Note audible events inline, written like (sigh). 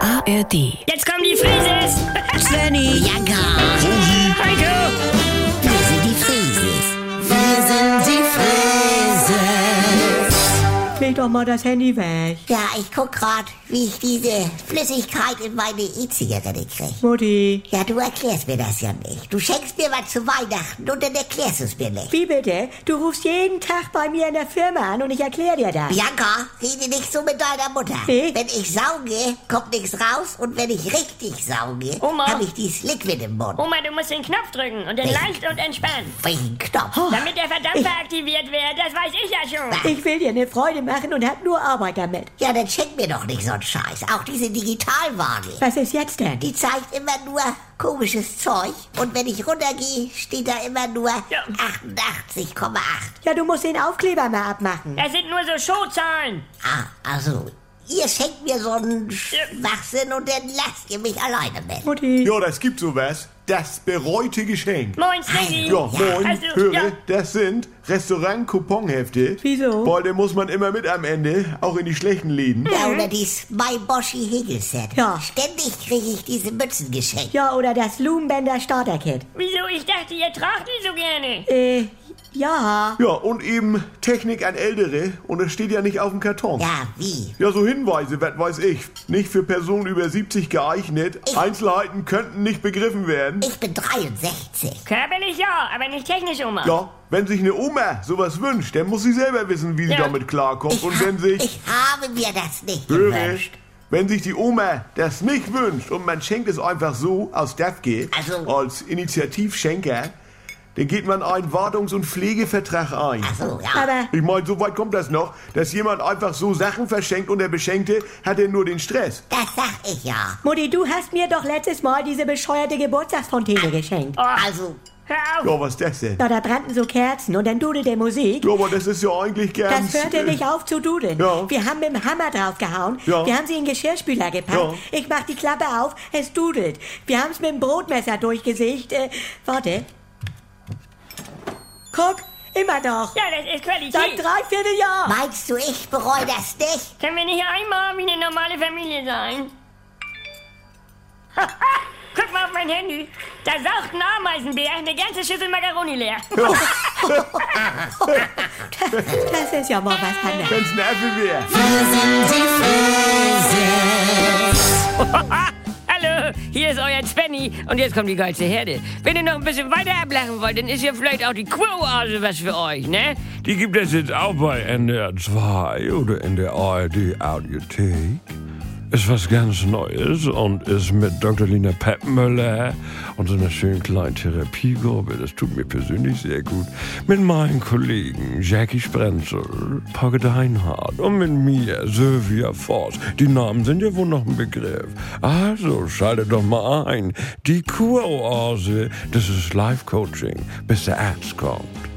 ARD. Jetzt kommen die Frises! (laughs) Svenny, Jagger, Heiko! wir sind die Frieses. Wir sind die Frieses. Leg doch mal das Handy weg. Ja, ich guck grad, wie ich diese Flüssigkeit in meine E-Zigarette krieg. Mutti. Ja, du erklärst mir das ja nicht. Du schenkst mir was zu Weihnachten und dann erklärst du es mir nicht. Wie bitte? Du rufst jeden Tag bei mir in der Firma an und ich erkläre dir das. Bianca, rede nicht so mit deiner Mutter. Wie? Wenn ich sauge, kommt nichts raus und wenn ich richtig sauge, Oma. habe ich dieses Liquid im Oh. Mund. Oma, du musst den Knopf drücken und dann leicht und entspannen. Welchen Oh. Knopf? Damit der Verdampfer aktiviert wird, das weiß ich ja schon. Ich will dir eine Freude machen und hab nur Arbeit damit. Ja, dann schenk mir doch nicht so einen Scheiß. Auch diese Digitalwaage. Was ist jetzt denn? Die zeigt immer nur komisches Zeug. Und wenn ich runtergehe, steht da immer nur Ja. 88,8. Ja, du musst den Aufkleber mal abmachen. Das sind nur so Showzahlen. Ah, also, ihr schenkt mir so einen Schwachsinn und dann lasst ihr mich alleine mit. Mutti. Ja, das gibt sowas. Das bereute Geschenk. Moin, Sneaky. Ja, moin, Also, Hast du- höre, ja. das sind Restaurant-Couponhefte. Wieso? Weil den muss man immer mit am Ende, auch in die schlechten Läden. Ja, oder dieses My Boschi Hegel-Set. Ja. Ständig kriege ich diese Mützen geschenkt. Ja, oder das Lumenbänder Starterkit. Wieso? Ich dachte, ihr tragt die so gerne. Äh, ja. Ja, und eben Technik an Ältere. Und das steht ja nicht auf dem Karton. Ja, wie? Ja, so Hinweise, was weiß ich. Nicht für Personen über 70 geeignet. Ich- Einzelheiten könnten nicht begriffen werden. Ich bin 63. Körperlich ja, aber nicht technisch, Oma. Ja, wenn sich eine Oma sowas wünscht, dann muss sie selber wissen, wie sie Ja. damit klarkommt. Ich, und hab- wenn sich, ich habe mir das nicht höre, gewünscht. wenn sich die Oma das nicht wünscht und man schenkt es einfach so aus DAFG, Also- als Initiativschenker, dann geht man einen Wartungs- und Pflegevertrag ein. Also- Ach so, Also, ja. Aber, Ich meine, so weit kommt das noch, dass jemand einfach so Sachen verschenkt und der Beschenkte hat ja nur den Stress. das sag ich ja. Mutti, du hast mir doch letztes Mal diese bescheuerte Geburtstagsfontäne geschenkt. Ah. Also, Oh. Hör auf. Ja, was ist das denn? Na, da brannten so Kerzen und dann dudelte Musik. Ja, aber das ist ja eigentlich ganz... Das hörte äh, nicht auf zu dudeln. Ja. Wir haben mit dem Hammer draufgehauen. Ja. Wir haben sie in den Geschirrspüler gepackt. Ja. Ich mach die Klappe auf, es dudelt. Wir haben es mit dem Brotmesser durchgesägt. Äh, warte. Guck, immer noch. Ja, das Seit ist Qualität. dreiviertel Jahr. meinst du, ich bereue das nicht? Können wir nicht einmal wie eine normale Familie sein? (laughs) Guck mal auf mein Handy. Da saugt ein Ameisenbär eine ganze Schüssel Macaroni leer. Das ist ja mal was anderes. Wenn's ein Affe wäre. Hallo, hier ist euer Svenny und jetzt kommt die geilste Herde. Wenn ihr noch ein bisschen weiter ablachen wollt, dann ist hier vielleicht auch die Quo-Oase was für euch, ne? Die gibt es jetzt auch bei NDR 2 oder in der ARD Audiothek. Ist was ganz Neues und ist mit Dr. Lina Peppmüller und so einer schönen kleinen Therapiegruppe, das tut mir persönlich sehr gut, mit meinen Kollegen Jackie Sprenzel, Pogge Deinhardt und mit mir, Sylvia Voss. Die Namen sind ja wohl noch ein Begriff. Also schaltet doch mal ein. Die Kuroase, das ist Life-Coaching, bis der Arzt kommt.